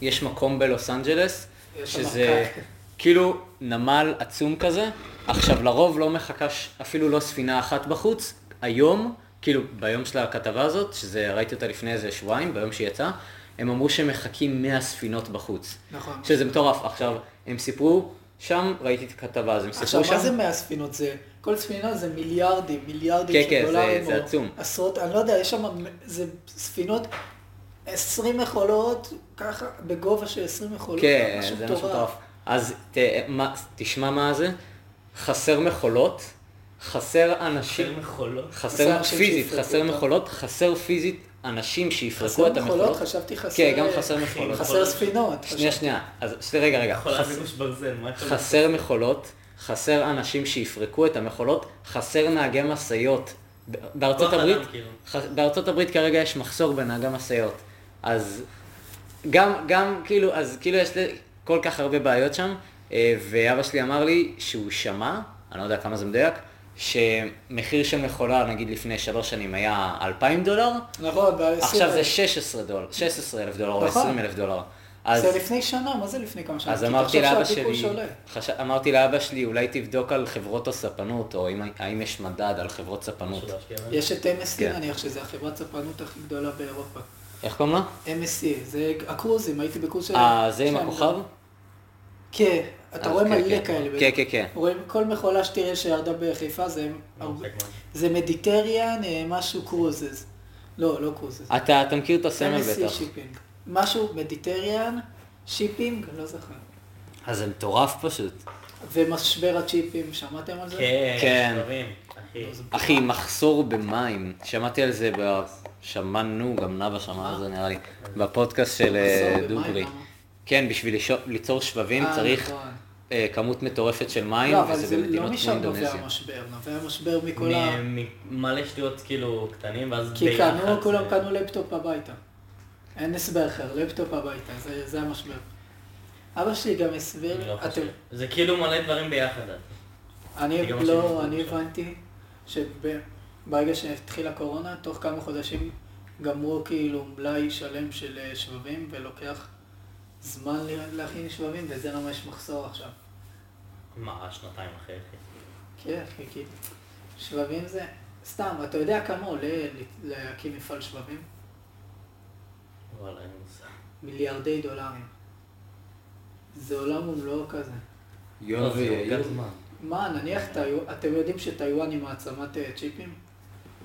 יש מקום בלוס אנג'לס, יש שם שזה מרקק. כאילו נמל עצום כזה. עכשיו, לרוב לא מחכה ש- אפילו לא ספינה אחת בחוץ. היום, כאילו ביום של הכתבה הזאת, שזה, ראיתי אותה לפני איזה שבועיים, ביום שהיא יצאה, הם אמרו שמחכים 100 ספינות בחוץ. נכון. שזה מטורף. עכשיו, הם סיפרו, שם ראיתי את הכתבה, אז הם סיפרו שם. עכשיו, מה זה 100 ספינות? זה, כל ספינה זה מיליארדים, מיליארדים כן, של כן, זה- דולרים. זה או עצום. עשרות, אני לא יודע, יש שם, זה ספינות, 20 מכולות, ככה, בגובה של 20 מכולות. כן, זה משהו מטורף. אז ת, מה, תשמע מה זה, חסר מכולות, חסר שיר אנשים, מחולות. חסר חסר אנשים פיזית, שיפרקו חסר אותם. מכולות, חסר פיזית אנשים שיפרקו חסר את מכולות, המכולות. חשבתי חסר... כן, גם חסר מכולות. חסר ספינות. שנייה, שנייה, אז שנייה, רגע, רגע. חולה חס- בגוש ברזל, מה אתה אומר? חסר מכולות, חסר אנשים שיפרקו את המכולות, חסר נהגי משאיות. ב- בארצות כוח אדם, הברית, כאילו. ח- בארצות הברית כרגע יש מחסור בנהגי משאיות. אז גם, גם כאילו, אז כאילו יש לי כל כך הרבה בעיות שם, אה, ואבא שלי אמר לי שהוא שמע, אני לא יודע כמה זה מדויק, שמחיר של מכולה, נגיד לפני שלוש שנים היה 2,000 דולר, נכון, ב- עכשיו זה עשרים- 16 דולר, 16 אלף דולר או נכון. 20 אלף דולר. אז- זה לפני שנה, מה זה לפני כמה שנים? אז כי אמרתי תחשוב לאבא שהביקוש שלי, עולה. חש... אמרתי לאבא שלי, אולי תבדוק על חברות הספנות, או אם, האם יש מדד על חברות ספנות. משהו להשקיע בהם. יש את MSC כן. נניח, שזה החברת ספנות הכי גדולה באירופה. איך קוראים לה? MSC, זה הקרוזים, הייתי בקורס של... אה, זה עם שלהם. הכוכב? כן, אתה אז רואה כן, מלא כן. כאלה. כן, כן, כן. רואים כל מכולה שתראה שירדה בחיפה, זה הרבה- זה מדיטריאן, אה, משהו קרוזז. לא, לא קרוזז. אתה, אתה מכיר את הסמל MSC אה, בטח. שיפינג. משהו מדיטריאן, שיפינג, לא זוכר. אז זה מטורף פשוט. ומשבר הצ'יפים, שמעתם על זה? כן, כן. דברים, אחי. לא, זה- אחי, מחסור במים. שמעתי על זה, ב... שמענו, גם נאוה שמעה על זה נראה לי, בפודקאסט של אה, מחסור במים, דוגרי. למה? כן, בשביל לישו- ליצור שבבים אה, צריך נכון. אה, כמות מטורפת של מים, לא, אבל וזה זה לא במדינות כמו משם נובע אינדונזיה. המשבר, נובע המשבר מכל ה... מ- ממלא שטויות כאילו קטנים, ואז כי ביחד קנו, זה- כולם קנו לפטופ הביתה. אין הסבר אחר, לפטופ הביתה, זה- זה המשבר. אבא שלי גם אני לא הסביר, אתם... חושב. זה כאילו מלא דברים ביחד. אז. אני אני גם לא, עשיתי אני עכשיו. הבנתי שברגע שהתחילה הקורונה, תוך כמה חודשים גמרו כאילו מלאי שלם של אה, שבבים, ולוקח זמן ל- להכין שבבים, וזה למה יש מחסור עכשיו. מה, שנתיים אחרי, אחי. כן, כי- כי שבבים זה... סתם, אתה יודע כמה עולה ל- להקים מפעל שבבים? וואלה, אין מושג. מיליארדי דולרים. זה עולם ומלואו כזה. לא, זה לוקח זמן. מה, נניח, טיו- אתם יודעים שטיוואן היא מעצמת אה, צ'יפים?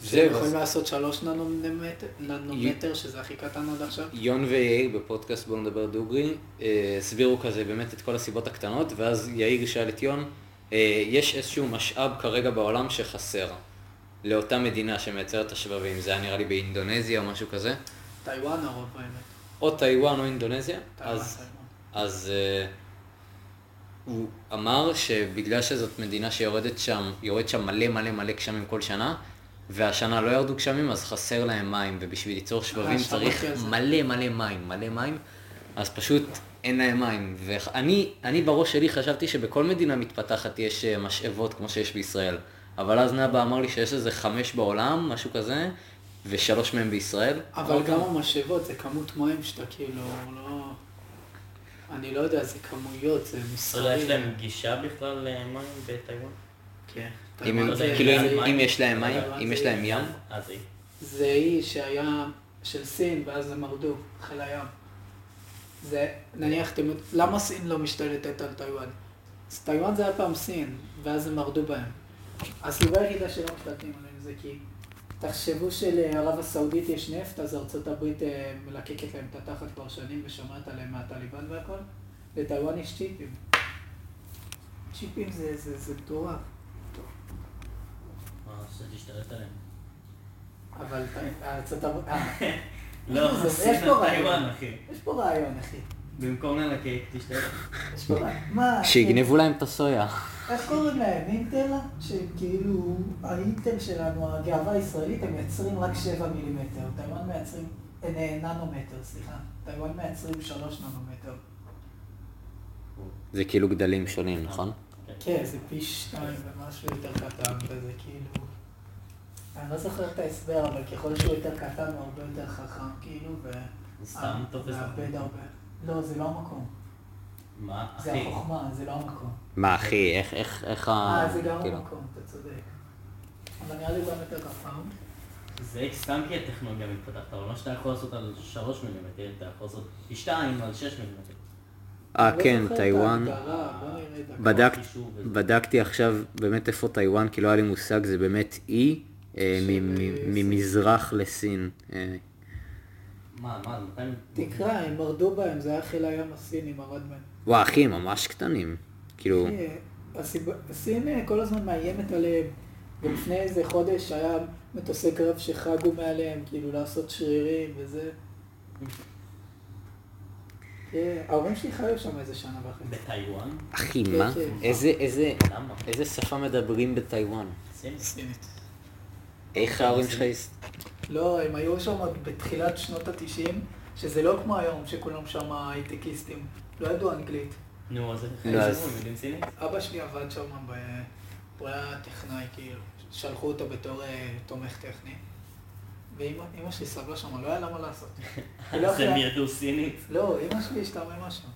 זהו, שהם יכולים אז- לעשות שלוש ננומטר, ננומטר, שזה הכי קטן עד עכשיו? יון ויאיר בפודקאסט בואו נדבר דוגרי, אה, הסבירו כזה באמת את כל הסיבות הקטנות, ואז יאיר שאל את יון, אה, יש איזשהו משאב כרגע בעולם שחסר לאותה מדינה שמייצרת את השבבים, זה היה נראה לי באינדונזיה או משהו כזה, טיוואן הרוב האמת. או טיוואן או אינדונזיה, טיוואן, אז, טיוואן. אז אה, הוא אמר שבגלל שזאת מדינה שיורדת שם, יורד שם מלא מלא מלא גשמים כל שנה, והשנה לא ירדו גשמים, אז חסר להם מים, ובשביל ליצור שבבים שמעתי צריך על לא זה. מלא מלא מים, מלא מים, אז פשוט אין להם מים. ואני אני בראש שלי חשבתי שבכל מדינה מתפתחת יש אה, משאבות כמו שיש בישראל, אבל אז נאבה אמר לי שיש איזה חמש בעולם, משהו כזה, ושלוש מהם בישראל. אבל גם המשאבות זה כמות מים שאתה כאילו לא... אני לא יודע, זה כמויות, לא, זה אתה יודע, יש מסרים. להם גישה בכלל אה, למים בטיוואן? כן. אם טיוואן הם- זה- כאילו, זה- אם- אם יש להם מים, לא טיוואן אם זה- יש להם ים. אז היא. זה אי שהיה של סין, ואז הם מרדו, חיל הים. זה, נניח, אתם, יודעים- למה סין לא משתלטת על טיוואן? אז טיוואן זה היה פעם סין, ואז הם מרדו בהם. הסיבה היחידה שלא משתלטים עליהם זה כי, תחשבו שלערב הסעודית יש נפט, אז ארצות הברית אה, מלקקת להם את התחת כבר שנים ושומרת עליהם מהטליבן והכל, לטיוואן יש צ'יפים. צ'יפים זה, זה, זה מטורף. מה, שתשתלט עליהם. אבל טי- ארצות הברית, אה, לא, זה- עושים יש פה לה רעיון. טיוואן, אחי. יש פה רעיון, אחי. במקום ללקק, תשתלט. יש פה רעיון. מה? שיגנבו להם את הסויה. איך קוראים להם? אינטל? שהם כאילו, האינטל שלנו, הגאווה הישראלית, הם מייצרים רק 7 מילימטר. טיוואן מייצרים, אה, ננומטר, סליחה. טיוואן מייצרים 3 ננומטר. זה כאילו גדלים שונים, נכון? כן, זה פי 2 ומשהו יותר קטן, וזה כאילו... אני לא זוכר את ההסבר, אבל ככל שהוא יותר קטן הוא הרבה יותר חכם, כאילו, ו... סתם תופס מאבד הרבה. לא, זה לא המקום. מה, זה אחי? החוכמה, זה לא המקום. מה אחי, איך, איך, איך ה... אה, זה גם כאילו. המקום, אתה צודק. אבל נראה לי הוא באמת הגפם. זה סתם כי הטכנולוגיה מתפתחת, אבל מה שאתה יכול לעשות על 3 מילימטר, אתה יכול לעשות פי 2 על 6 מילימטר. אה, אני לא כן, זוכר את טיוואן. ההגדרה, בוא נראה את ההגדרה. בדקת, חישוב וזה. בדקתי עכשיו באמת איפה טיוואן, כי לא היה לי מושג, זה באמת אי, אה, של- מ- מ- ממזרח לסין. אה, מה, מה, מתי... תקרא, הם מרדו בהם, זה היה חיל הים הסיני, מרד בהם. וואו, אחי, ממש קטנים. כאילו, אה, הסיב- סין אה, כל הזמן מאיימת עליהם. ולפני איזה חודש היה מטוסי קרב שחגו מעליהם, כאילו לעשות שרירים וזה. אה, ההורים שלי חיו שם איזה שנה וחצי. בטיוואן? אחי, מה? כן. איזה, איזה, למה? איזה שפה מדברים בטיוואן? שים. סינית. איך ההורים שלך... הס- לא, הם היו שם עוד בתחילת שנות התשעים, שזה לא כמו היום, שכולם שם הייטקיסטים. לא ידעו אנגלית. נו, אז לא, אז- איך הם יודעים סינית? אבא שלי עבד שם, ב... הוא היה טכנאי, כאילו, שלחו אותו בתור אה, תומך טכני. ואימא שלי סבלה שם, לא היה לה מה לעשות. היא לא אז הם יכלה- ידעו סינית. לא, אימא שלי השתעממה שם.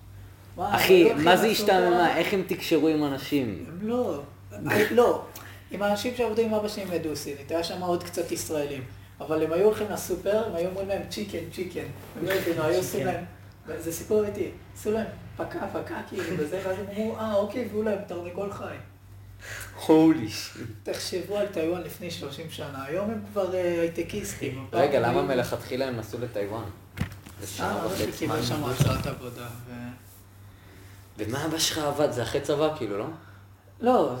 מה, אחי, הם לא מה זה יכולים לעשות השתעממה? לה- איך הם תקשרו עם אנשים? הם לא. אה, לא. עם האנשים שעבדו עם אבא שלי הם ידעו סינית, היה שם עוד קצת ישראלים. אבל הם היו הולכים לסופר, הם היו אומרים להם צ'יקן, צ'יקן. הם לא הבינו, היו עושים צ'יקן. להם, זה סיפור אמיתי, עשו להם פקה, פקה, כאילו, וזה, ואז הם אמרו, אה, אוקיי, הביאו להם תרנגול חי. הולי שיט. תחשבו על טיוואן לפני 30 שנה, היום הם כבר אה, הייטקיסטים. רגע, למה אוקיי. מלך... מלכתחילה הם נסעו לטיוואן? זה שנה אה, אבא שלי וחצי. קיבל שם הצעת עבודה, ו... ומה אבא שלך עבד? זה אחרי צבא כאילו, לא? לא,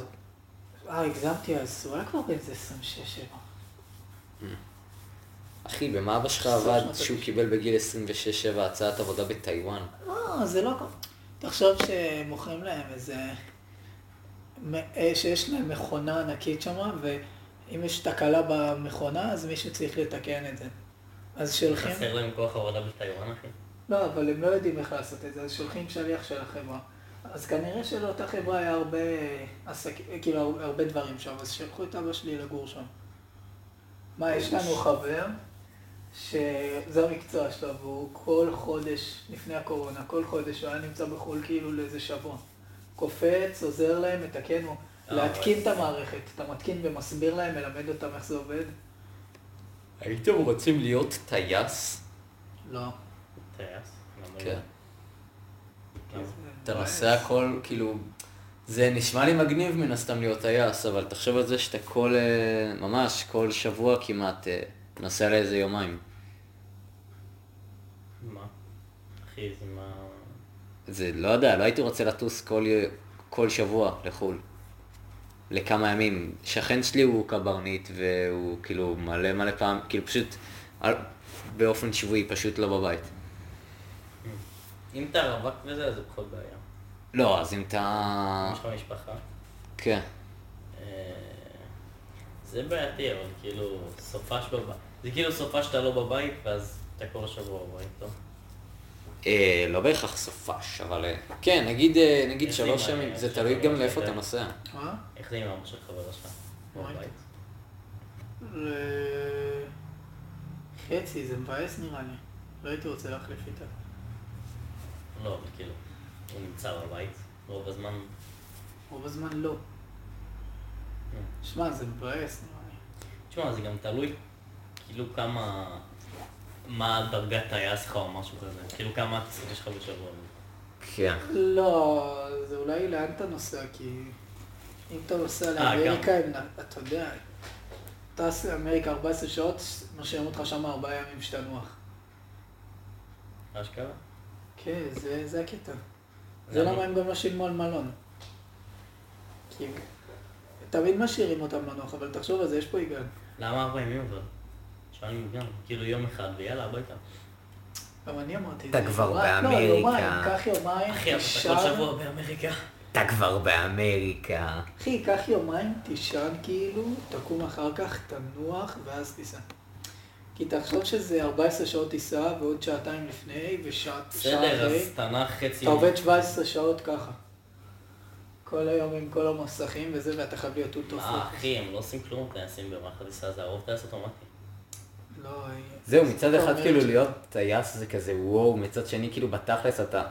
אה, הגזמתי אז, הוא היה כבר באיזה 26-7. אחי, במה אבא שלך סוף עבד שנות שהוא ה-90? קיבל בגיל 26-7 הצעת עבודה בטיוואן? לא, זה לא... תחשוב שמוכרים להם איזה... מ- אה, שיש להם מכונה ענקית שמה, ואם יש תקלה במכונה, אז מישהו צריך לתקן את זה. אז שולחים... חסר להם כוח עבודה בטיוואן, אחי. לא, אבל הם לא יודעים איך לעשות את זה, אז שולחים שליח של החברה. אז כנראה שלאותה חברה היה הרבה עסקים, כאילו הר- הרבה דברים שם, אז שלחו את אבא שלי לגור שם. מה, יש אוקיי. לנו חבר, שזה המקצוע שלו, והוא כל חודש, לפני הקורונה, כל חודש הוא היה נמצא בחו"ל כאילו לאיזה שבוע. קופץ, עוזר להם, מתקן, הוא אה, להתקין את אבל- המערכת. אתה מתקין ומסביר להם, מלמד אותם איך זה עובד? הייתם רוצים להיות טייס? לא. טייס? למה כן. כן. לא? אתה נוסע הכל, כאילו... זה נשמע לי מגניב מן הסתם להיות טייס, אבל תחשוב על זה שאתה כל... אה, ממש כל שבוע כמעט אה, נוסע לאיזה יומיים. מה? אחי, זה מה... זה, לא יודע, לא הייתי רוצה לטוס כל, י- כל שבוע לחו"ל. לכמה ימים. שכן שלי הוא קברניט, והוא כאילו מלא מלא פעם, כאילו פשוט... על- באופן שבועי, פשוט לא בבית. אם אתה רווק וזה, אז זה פחות בעיה. לא, אז אם אתה... יש לך משפחה. כן. אה, זה בעייתי, אבל כאילו, סופש בבית. זה כאילו סופש שאתה לא בבית, ואז אתה כל השבוע בבית, לא? טוב? אה, לא בהכרח סופש, אבל... אה, כן, נגיד, אה, נגיד יש שלוש לי מה, ימים, אה, זה יש תלוי לי גם מה, לאיפה אתה אה, נוסע. מה? איך זה עם אמא של חברה שלך? בבית. ל- חצי, זה מבאס נראה לי. לא הייתי רוצה להחליף איתה. לא, אבל כאילו, הוא נמצא בבית, רוב הזמן... רוב הזמן לא. שמע, זה מבאס נראה לי. תשמע, זה גם תלוי, כאילו כמה... מה דרגת טייס שלך או משהו כזה, כאילו כמה הטיסות יש לך בשבוע. כן. לא, זה אולי לאן אתה נוסע, כי אם אתה נוסע לאמריקה, הם נ- אתה יודע, טס לאמריקה 14 שעות, משאירים אותך שם 4 ימים שתנוח. אשכרה? כן, זה, זה הקטע. זה למה? למה הם גם לא שילמו על מלון. כי תמיד משאירים אותם לנוח, אבל תחשוב על זה, יש פה היגיון. למה ארבע ימים אבל? נשמע לי מוגן, כאילו יום אחד ויאללה הביתה. גם אני אמרתי את אתה זה. כבר יומיים- באמריקה. לא, יומיים, קח יומיים, אחי, אבל אתה כל תישן. שבוע באמריקה. אתה כבר באמריקה. אחי, קח יומיים, תישן כאילו, תקום אחר כך, תנוח, ואז תיסע. כי תחשוב שזה 14 שעות טיסה, ועוד שעתיים לפני, ושעה שעה בסדר, אחרי. אז תנח חצי אתה עובד 17 שעות ככה. כל היום עם כל המסכים וזה, ואתה חייב להיות אוטופי. מה, אחי, הם לא עושים כלום, טייסים במערכת הטיסה, זה הרוב טייס אוטומטי. לא... זהו, מצד אחד אתה כאילו אומר להיות טייס זה כזה וואו, מצד שני כאילו בתכלס אתה,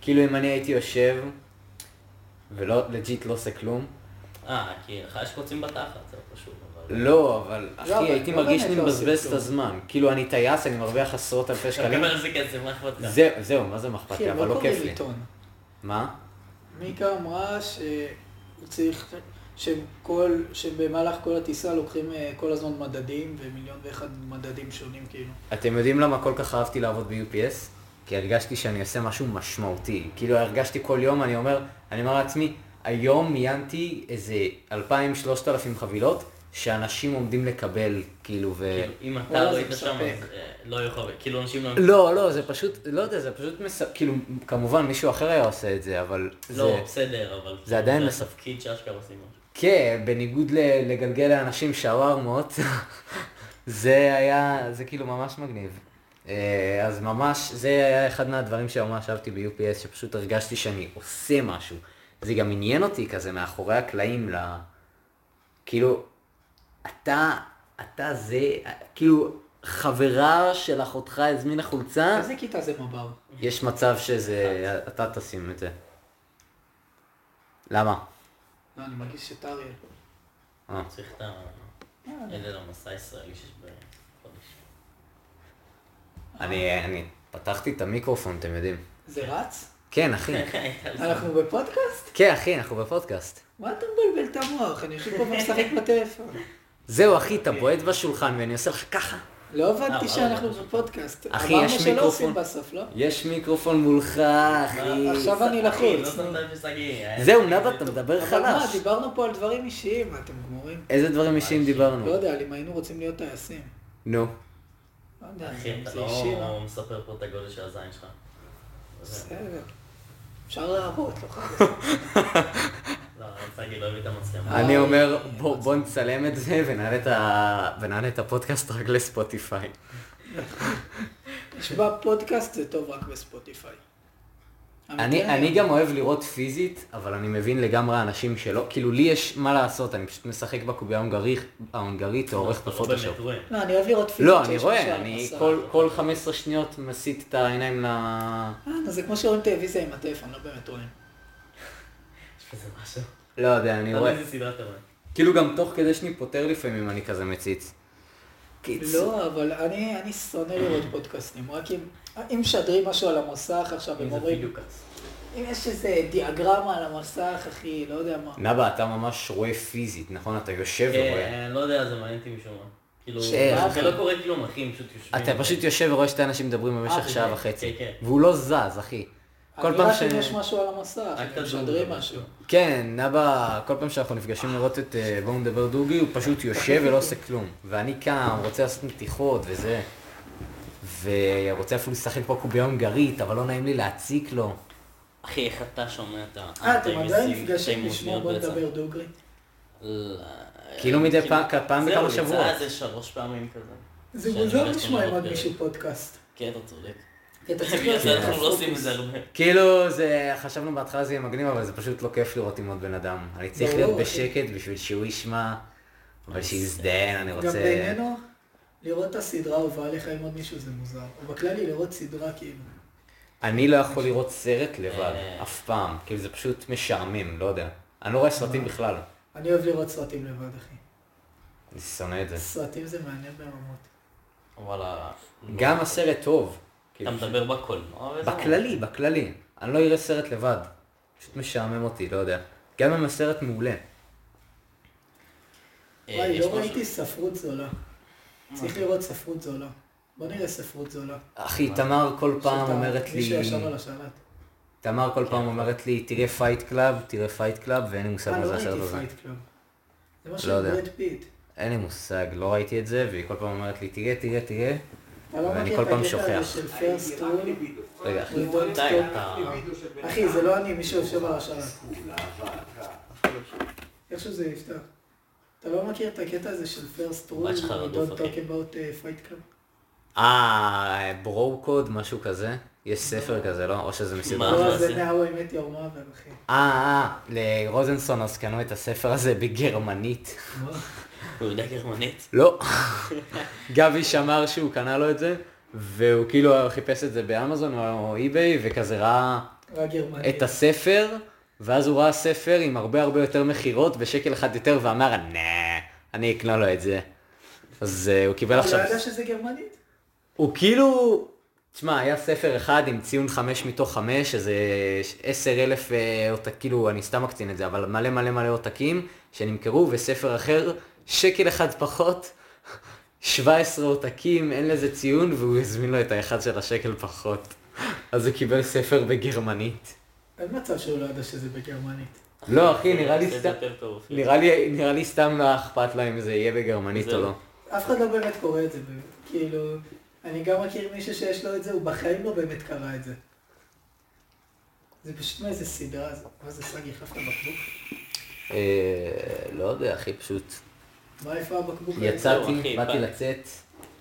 כאילו אם אני הייתי יושב ולא, לג'יט לא עושה כלום, אה, כי לך יש קוצים בתחת, זה לא קשור, אבל... לא, אבל אחי, אבל הייתי לא מרגיש באמת שאני לא עושה מבזבז את כלום. הזמן, כאילו אני טייס, אני מרוויח עשרות אלפי אתה שקלים, מקבל על זה כסף, מה אכפת לך? זהו, זהו, מה זה ש- מחפת אחי, לי, הם אבל לא קוראים כיף לי. עיתון. מה? מיקה אמרה שצריך, שכל, שבמהלך כל הטיסה לוקחים אה, כל הזמן מדדים, ומיליון ואחד מדדים שונים כאילו. אתם יודעים למה כל כך אהבתי לעבוד ב-UPS? כי הרגשתי שאני עושה משהו משמעותי. כאילו הרגשתי כל יום, אני אומר, אני אומר לעצמי, היום מיינתי איזה 2,000-3,000 חבילות שאנשים עומדים לקבל, כאילו, ו... כאילו, אם אתה וואלה, לא זה היית שם, מספק. אז אה, לא היו חברים, כאילו אנשים לא... לא, לא, זה פשוט, לא יודע, זה פשוט מס... כאילו, כמובן מישהו אחר היה עושה את זה, אבל... לא, זה... בסדר, אבל... כאילו, זה עדיין זה מספק. התפקיד שאשכרה עושים משהו. כן, בניגוד ל... לגלגל לאנשים שווארמות, זה היה, זה כאילו ממש מגניב. אה, אז ממש, זה היה אחד מהדברים שממש אהבתי ב-UPS, שפשוט הרגשתי שאני עושה משהו. זה גם עניין אותי כזה מאחורי הקלעים ל... כאילו, אתה, אתה זה, כאילו, חברה של אחותך הזמינה חולצה, איזה כיתה זה מב"ר? יש מצב שזה, אתה תשים את זה. למה? לא, אני מרגיש שאת אריה. אה. צריך את ה... אלה למסע הישראלי שיש בחודש. אני, אני פתחתי את המיקרופון, אתם יודעים. זה רץ? כן, אחי. אנחנו בפודקאסט? כן, אחי, אנחנו בפודקאסט. מה אתה מבלבל את המוח? אני יושב פה ומשחק בטלפון. זהו, אחי, אתה בועט בשולחן ואני עושה לך ככה. לא אה, הבנתי וואלה. שאנחנו בפודקאסט. אחי, יש אמרנו שלא עושים מיקרופון. בסוף, לא? יש מיקרופון מולך, אחי. עכשיו אני אחי, לא לחוץ. נו. סתם אה, ששגיא. זהו, נאוה, אתה מדבר אבל מה, חלש. דיברנו פה על דברים אישיים, אתם גמורים? איזה דברים אישיים דיברנו? לא יודע, אם היינו רוצים להיות טייסים. נו. לא יודע, אחי, אם אתה זה אישי, לא? לא מספר פה את הגודל של הזין שלך. לא, זה- בסדר. אפשר להראות, לא חייב. לא, אני רוצה להגיד, לא הביא את המצלמה. אני אומר, בוא בוא נצלם את זה ונעלה את ה- ונעלה את הפודקאסט רק לספוטיפיי. נשבע פודקאסט זה טוב רק בספוטיפיי. אני, אמיתי, אני גם אוהב לראות פיזית, אבל אני מבין לגמרי אנשים שלא, כאילו לי יש מה לעשות, אני פשוט משחק בקובייה ההונגרית- ההונגרית או עורך אתה לא בפוטושופ. באמת רואה. לא, אני אוהב לראות פיזית לא, אני שיש רואה, משל, אני מסך. כל- כל 15 שניות מסיט את העיניים ל... אה, נו, זה כמו שרואים טלוויזיה עם הטלפון, לא באמת רואים. יש בזה משהו. לא יודע, אני אני רואה. רואה. איזה סדרה אתה רואה. כאילו גם תוך כדי שאני פותר לפעמים אני כזה מציץ. קיצור. לא, אבל אני אני שונא לראות פודקאסטים, רק אם- אם משדרים משהו על המסך עכשיו, הם אם זה אומרים, בדיוק אז. אם יש איזה דיאגרמה על המסך, אחי, לא יודע מה. נבא, אתה ממש רואה פיזית, נכון? אתה יושב ורואה. כן, אני לא יודע, זה מעניין אותי משום מה. כאילו, שאלה. זה לא קורה כלום, אחי, הם פשוט יושבים. אתה פשוט יושב ורואה שתי אנשים מדברים במשך כן. אה, שעה כן, וחצי. כן, כן. והוא לא זז, אחי. כל אני פעם רק ש... אם יש משהו על המסך, רק הם תדון משדרים בזה. משהו. כן, נבא, כל פעם שאנחנו נפגשים לראות את אה, בואו נדבר דוגי, הוא פשוט יושב ולא עושה כלום. ואני קם, רוצה לעשות מתיחות וזה, ורוצה אפילו לשחק פה קובייה הונגרית, אבל לא נעים לי להציק לו. אחי, איך אתה שומע את ה... אה, אתם עדיין נפגשים לשמוע בוא נדבר דוגרי? לא, כאילו מדי פעם- פעם בכמה שבועות. אה, זהו, יצא איזה שלוש פעמים כזה. זה שאני מוזר הולך לשמוע עם לומר עוד את זה. מישהו פודקאסט. כן, אתה צודק. כי אתה צריך בגלל להיות זה כן. אנחנו לא פוקוס. עושים את זה הרבה. כאילו, זה, חשבנו בהתחלה זה יהיה מגניב, אבל זה פשוט לא כיף לראות עם עוד בן אדם. אני צריך ברור, להיות אחי. בשקט בשביל שהוא ישמע, אבל שיזדיין, אני גם רוצה... בעינינו, לראות את הסדרה ובא לך עם עוד מישהו זה מוזר. ובכללי לראות סדרה כאילו. אני לא יכול לראות סרט לבד, אה. אף פעם. כאילו, זה פשוט משעמם, לא יודע. אני לא רואה סרטים אה. בכלל. אני אוהב לראות סרטים לבד, אחי. אני שונא את זה. סרטים זה מעניין ברמות. וואלה. גם הסרט טוב. אתה כאילו, מדבר בקולנוע וזה? בכללי, בכללי. אני לא אראה סרט לבד. פשוט משעמם אותי, לא יודע. גם אם הסרט מעולה. אה, וואי, יש לא משהו- ראיתי ספרות זולה. צריך לראות ספרות זולה. בוא נראה ספרות זולה. אחי, תמר כל פעם שאתה- אומרת לי... מישהו ישב על השלט. תמר כל פעם אומרת לי, תראה פייט קלאב, תראה פייט קלאב, ואין לי מושג אה, מה לא זה הסרט ראיתי הזה. פייט קלאב. זה משהו לא עם יודע. ברד פיט. אין לי מושג, לא ראיתי את זה, והיא כל פעם אומרת לי, תראה, תראה, תראה. אתה לא ואני מכיר כל את פעם הקטע הזה שוכח. של פרסט אה, רול? רגע, אחי. די, אתה... אחי, זה לא אני, מישהו יושב על השלט. איכשהו זה נפתח. אתה לא מכיר את הקטע הזה של פרסט רול? בת שלך We רדוף, don't אה, אחי. talk about uh, fight club? אה, ברוקוד, משהו כזה. יש ספר כזה, לא? או שזה מה? מסדרה. לא, זה? זה נאו אמת יורמה ומחי. אה, אה, לרוזנסון אז קנו את הספר הזה בגרמנית. הוא יודע גרמנית? לא. גבי שמר שהוא קנה לו את זה, והוא כאילו חיפש את זה באמזון או אי-ביי, וכזה ראה רק גרמנית. את הספר, ואז הוא ראה ספר עם הרבה הרבה יותר מכירות בשקל אחד יותר, ואמר, נה, אני אקנה לו את זה. אז אה, הוא קיבל הוא לא עכשיו... ידע שזה גרמנית? הוא כאילו, תשמע, היה ספר אחד עם ציון חמש מתוך חמש, איזה עשר אלף עותק, כאילו, אני סתם מקצין את זה, אבל מלא מלא מלא עותקים שנמכרו, וספר אחר, שקל אחד פחות, 17 עותקים, אין לזה ציון, והוא הזמין לו את האחד של השקל פחות. אז הוא קיבל ספר בגרמנית. אין מצב שהוא לא ידע שזה בגרמנית. לא, אחי, נראה לי זה סתם... יותר טוב אפילו. נראה לי, נראה לי סתם לא אכפת לה אם זה יהיה בגרמנית או זהו. לא. אף אחד לא באמת קורא את זה, ב- כאילו, אני גם מכיר מישהו שיש לו את זה, הוא בחיים לא באמת קרא את זה. זה פשוט מאיזה סדרה, זה- מה זה סגי חפת הבקבוק? אה, לא יודע, הכי פשוט. מה איפה הבקבוק? הזה? זהו, יצאתי, אחי, באתי ביי. לצאת.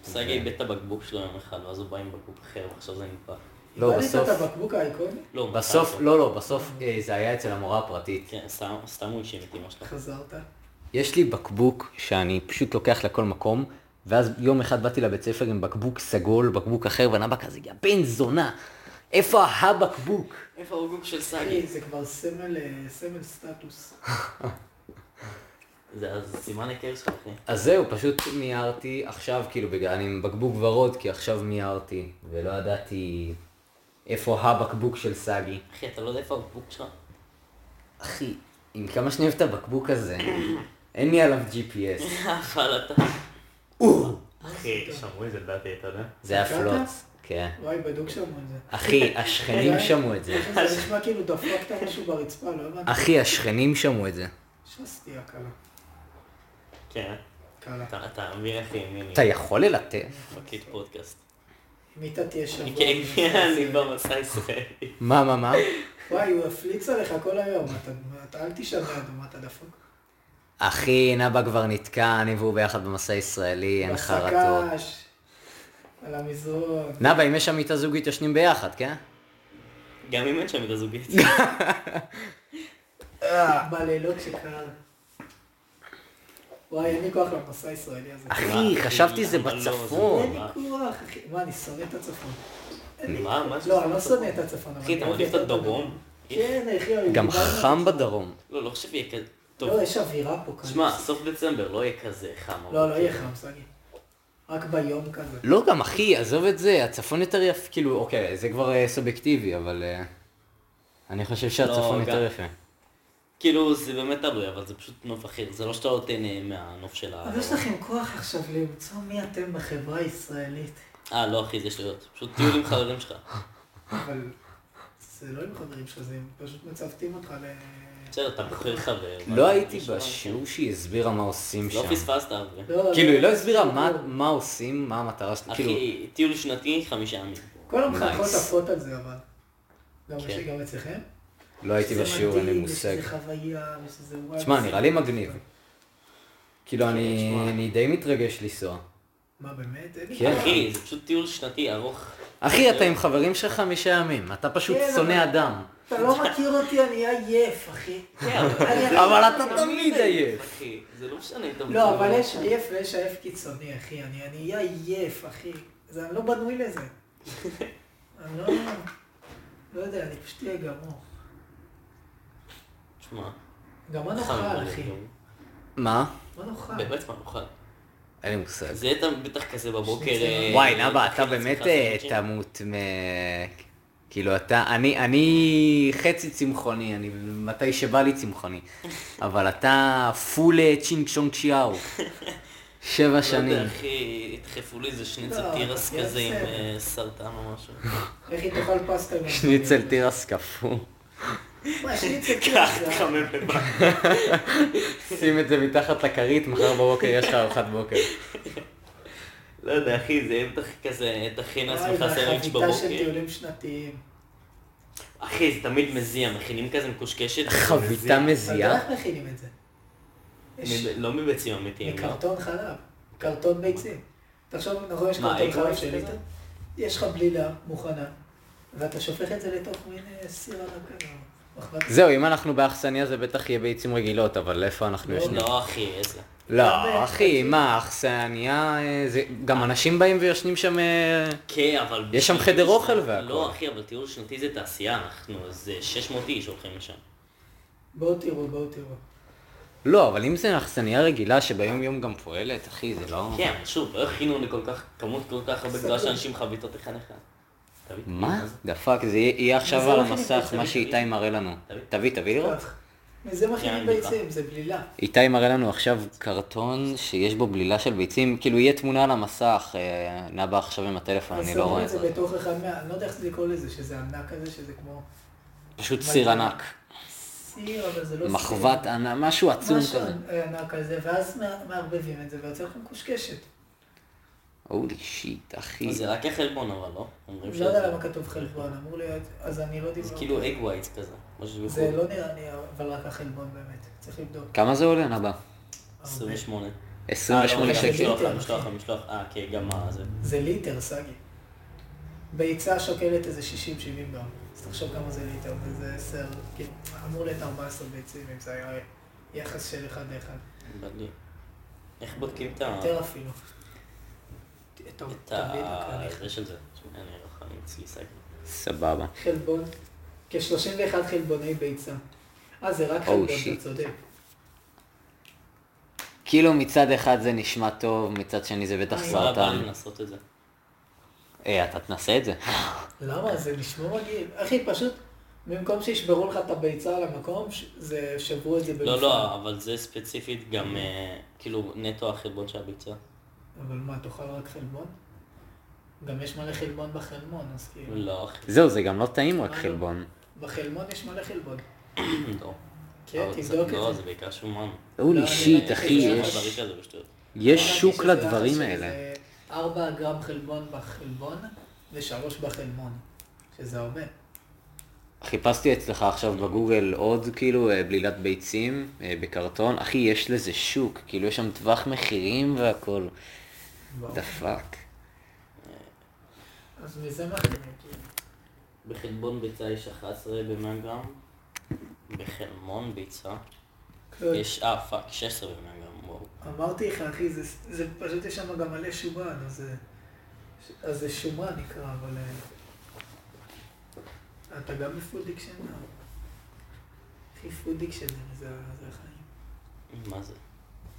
סגי איבד את הבקבוק שלו יום אחד, ואז הוא בא עם בקבוק אחר, ועכשיו זה נדבק. לא, איבדת בסוף- את הבקבוק האיקוני? לא, הוא בסוף, מכר אותו. לא, לא, בסוף אה, זה היה אצל המורה הפרטית. כן, סתם- סתם הוא האשים את אמא שלך. חזרת? יש לי בקבוק שאני פשוט לוקח לכל מקום, ואז יום אחד באתי לבית ספר עם בקבוק סגול, בקבוק אחר, ונבא כזה, יא בן זונה, איפה הבקבוק? איפה הבקבוק של סגי? אחי, זה כבר סמל, אה, סמל סטטוס. זה אז סימן היכר שלך, אחי. אז זהו, פשוט מיהרתי עכשיו, כאילו, בגלל, אני עם בקבוק ורוד, כי עכשיו מיהרתי, ולא ידעתי איפה הבקבוק של סגי. אחי, אתה לא יודע איפה הבקבוק שלך? אחי, עם כמה שאני אוהב את הבקבוק הזה, אין לי עליו GPS. אבל אתה... אחי, שמעו את זה לדעתי, אתה יודע? זה היה הכרת? פלוץ, כן. וואי, בדוק שם על זה. אחי, השכנים שמעו את זה. זה נשמע כאילו דפקת משהו ברצפה, לא הבנתי. אחי, השכנים שמעו את זה. שסטייה קלה. כן. קלה. אתה אתה מבין, אחי, מי אתה יכול ללטף? פקיד פודקאסט. מיטה תהיה שבוע. כן, כן, אני במסע ישראלי. מה, מה, מה? וואי, הוא הפליץ עליך כל היום, אתה- אתה אל תישן לידו, מה אתה דפוק? אחי, נבא כבר נתקע, אני והוא ביחד במסע הישראלי, אין כן, חרטות. בסק"ש, על המזרון. נבא, אם יש שם מיטה זוגית, ישנים ביחד, כן? גם אם אין שם את הזוגית. אה. בלילות שקר. וואי, אין לי כוח למסע הישראלי הזה. אחי, חשבתי זה למה לא? זה בצפון. אין לי כוח, אחי. מה, אני שונא את הצפון. אין לי מה, מה כוח. זה לא, שונא אני את לא שונא את הצפון. הצפון? אבל אחי, אתה אני מעדיף את אוהב הדרום? כן, אחי, אבל גם דיברנו על חם הצפון. בדרום. לא, לא חושב שיהיה כזה... טוב, לא, יש אווירה פה כזה. תשמע, סוף דצמבר לא יהיה כזה חם. אבל- לא, לא יהיה חם, סגי. רק ביום כזה. לא, גם אחי, עזוב את זה, הצפון יותר יפה, כאילו, אוקיי, זה כבר אה, סובייקטיבי, אבל... אה, אני חושב שהצפון לא, יותר גם- יפה. כאילו, זה באמת תלוי, אבל זה פשוט נוף אחר. זה לא שאתה לא תהנה מהנוף של ה... אבל יש לכם כוח עכשיו למצוא מי אתם בחברה הישראלית. אה, לא, אחי, זה שטויות. פשוט טיול עם חברים שלך. אבל זה לא עם חברים שלך, זה הם פשוט מצוותים אותך ל... בסדר, אתה בוחר חבר. לא ואז הייתי נשמע. בשיעור שהיא הסבירה מה עושים לא שם. פספסת, אבל. לא, כאילו, היא לא הסבירה מה- מה עושים, מה המטרה שלה, כאילו... אחי, טיול שנתי, חמישה ימים. כל המחנכות Nice. עפות על זה, אבל. גם כן. יש לי גם אצלכם? לא הייתי שזה בשיעור, אין מדהים, לי מושג. יש איזה חוויה, יש איזה וואי. תשמע, זה- נראה לי מגניב. כאילו, כן, אני תשמע. אני די מתרגש לנסוע. מה, באמת? אין לי כן. כוח. אחי, זה פשוט טיול שנתי ארוך. אחי, אתה עם חברים שלך חמישה ימים, אתה פשוט כן, שונא אבל- אדם. אתה לא מכיר אותי, אני עייף, אחי. כן, אבל... אני- אבל אתה אני- תמיד עייף. אחי, זה לא משנה. אתה- לא, אבל יש עייף ויש עייף קיצוני, אחי. אני אני אהיה עייף, אחי. זה, אני לא בנוי לזה. אני לא... לא יודע, אני פשוט אהיה גמור. תשמע, גם מה חם, נאכל, אבל- לא אחי? מה? מה נאכל? באמת מה נאכל. אין לי מושג. זה אתה בטח כזה בבוקר... שניצל. אה, וואי, נבא, אתה תכין באמת לעצמך אה, סנדוויצ'ים. תמות מ... כאילו, אתה... אני אני חצי צמחוני, אני מתי שבא לי צמחוני. אבל אתה פול אה, צ'ינג צ'ונג שיאו. שבע לא שנים. יודע, אחי, ידחפו לי איזה לא, שניצל תירס יהיה כזה עם בסדר. אה, סרטן או משהו. איך היא תאכל פסטה? עם שניצל המסורת? תירס קפוא. מה, שניצל קח, תירס. זה- תחמם בבית. שים את זה מתחת לכרית, מחר בבוקר יש לך ארוחת בוקר. לא יודע, אחי, זה יהיה בטח כזה, תכין וואי, לעצמך סנדוויץ' והחביתה של בבוקר. טיולים שנתיים. אחי, זה תמיד מזיע, מכינים כזה מקושקשת. זה חביתה מזיע. אתה יודע מזיעה? איך מכינים את זה? יש מב- לא מביצים אמיתיים. לא. מקרטון חלב, קרטון ביצים. תחשוב, נכון, יש מה, קרטון אייק חלב ווייט של כזה? ליטר? יש לך בלילה מוכנה. ואתה שופך את זה לתוך מין אה, סיר ענק כזה. מחבת- זהו, אם אנחנו באכסניה זה בטח יהיה ביצים רגילות, אבל איפה אנחנו ישנים? לא, אחי, איזה. לא, אחי, מה, אכסניה, אה, זה... גם אנשים באים וישנים שם... אה, כן, אבל... יש שם חדר אוכל והכל. לא, אחי, אבל טיול שנתי זה תעשייה, אנחנו איזה 600 איש הולכים לשם. בואו תראו, בואו תראו. לא, אבל אם זה אכסניה רגילה שביום יום גם פועלת, אחי, זה לא... כן, אבל שוב, לא הכינו לכל כך, כמות כל כך הרבה גדולה של אנשים חביתות אחד אחד. תביא, מה? אז- דה פאק, זה יהיה יהיה זה עכשיו לא על הכי המסך נפלא, מה תביא, שאיתי תביא. מראה לנו. תביא. תביא, תביא לראות. כך. מזה מכינים כן, אני איתך. ביצים, זה בלילה. איתי מראה לנו עכשיו קרטון שיש בו בלילה של ביצים, כאילו יהיה תמונה על המסך, אה, נבא עכשיו עם הטלפון, אז אני לא שמים רואה את את זה. זה בתוך אחד מה... אני לא יודע איך זה לקרוא לזה, שזה ענק כזה, שזה כמו פשוט סיר ענק, סיר, אבל זה לא סיר. מחבת ענק, משהו עצום משהו כזה. ענק כזה, ואז מה- מערבבים את זה, ויוצא לך מקושקשת. הולי שיט, אחי. אז זה רק החלבון אבל, לא? אומרים לא יודע למה כתוב חלבון, אמור להיות, אז אני לא זה דיברתי. כאילו אג ווייטס כזה. משהו זה בחו"ל. לא נראה לי, אבל רק החלבון באמת, צריך לבדוק. כמה זה עולה, נבא? 28. אה, 28 לא, רגע, שקל. המשלוח, המשלוח, המשלוח, אה, כן, גם מה זה. זה ליטר, סגי. ביצה שוקלת איזה 60-70 גרם, אז תחשוב כמה זה ליטר, וזה 10, כאילו, אמור להיות 14 ביצים, אם זה היה יחס של 1 ל-1, בלי. איך בודקים את ה... יותר אפילו. טוב, אה. את תמיד ה... אה, הקליח. זה של זה. אין לי רחם, אני אצלי סגר. סבבה. חלבון, כ-31 חלבוני ביצה. אה, זה רק Oh, חלבון, shit. אתה צודק. כאילו מצד אחד זה נשמע טוב, מצד שני זה בטח אה, כבר בא לי סרטן. לעשות את זה. אה, אתה תנסה את זה. למה? זה נשמע מגעיל. אחי, פשוט, במקום שישברו לך את הביצה על המקום, ש- זה, שברו את זה במפעל. לא, לא, אבל זה ספציפית גם, אה, כאילו, נטו החלבון של הביצה. אבל מה, תאכל רק חלבון? גם יש מלא חלבון בחלמון, אז כאילו... Mm. לא, אחי. זהו, זה גם לא טעים רק חלבון. לא. בחלמון יש מלא חלבון. לא. כן, אבל זה- תבדוק לא, את זה זה. בעיקר שומן. לא, הולי שיט, אני- אחי, אני- יש... יש... ברקע זה בשטויות. יש שוק לא שזה- לדברים שזה האלה. ארבע גרם חלבון בחלבון ושלוש בחלמון, שזה הרבה. חיפשתי אצלך עכשיו בגוגל עוד כאילו אה, בלילת ביצים אה, בקרטון. אחי, יש לזה שוק, כאילו יש שם טווח מחירים והכל. ברור. דה פאק. אז מזה מכינים, כאילו. בחלבון ביצה יש 11 ב-100 גרם. בחלמון ביצה כן. יש, אה, פאק, 16 ב-100 גרם, וואו. אמרתי לך, אחי, זה, זה פשוט יש שם גם מלא שומן, אז זה, אז זה שומן נקרא, אבל... אה, אתה גם בפוד דיקשן? אחי, פוד דיקשן זה זה החיים. מה זה?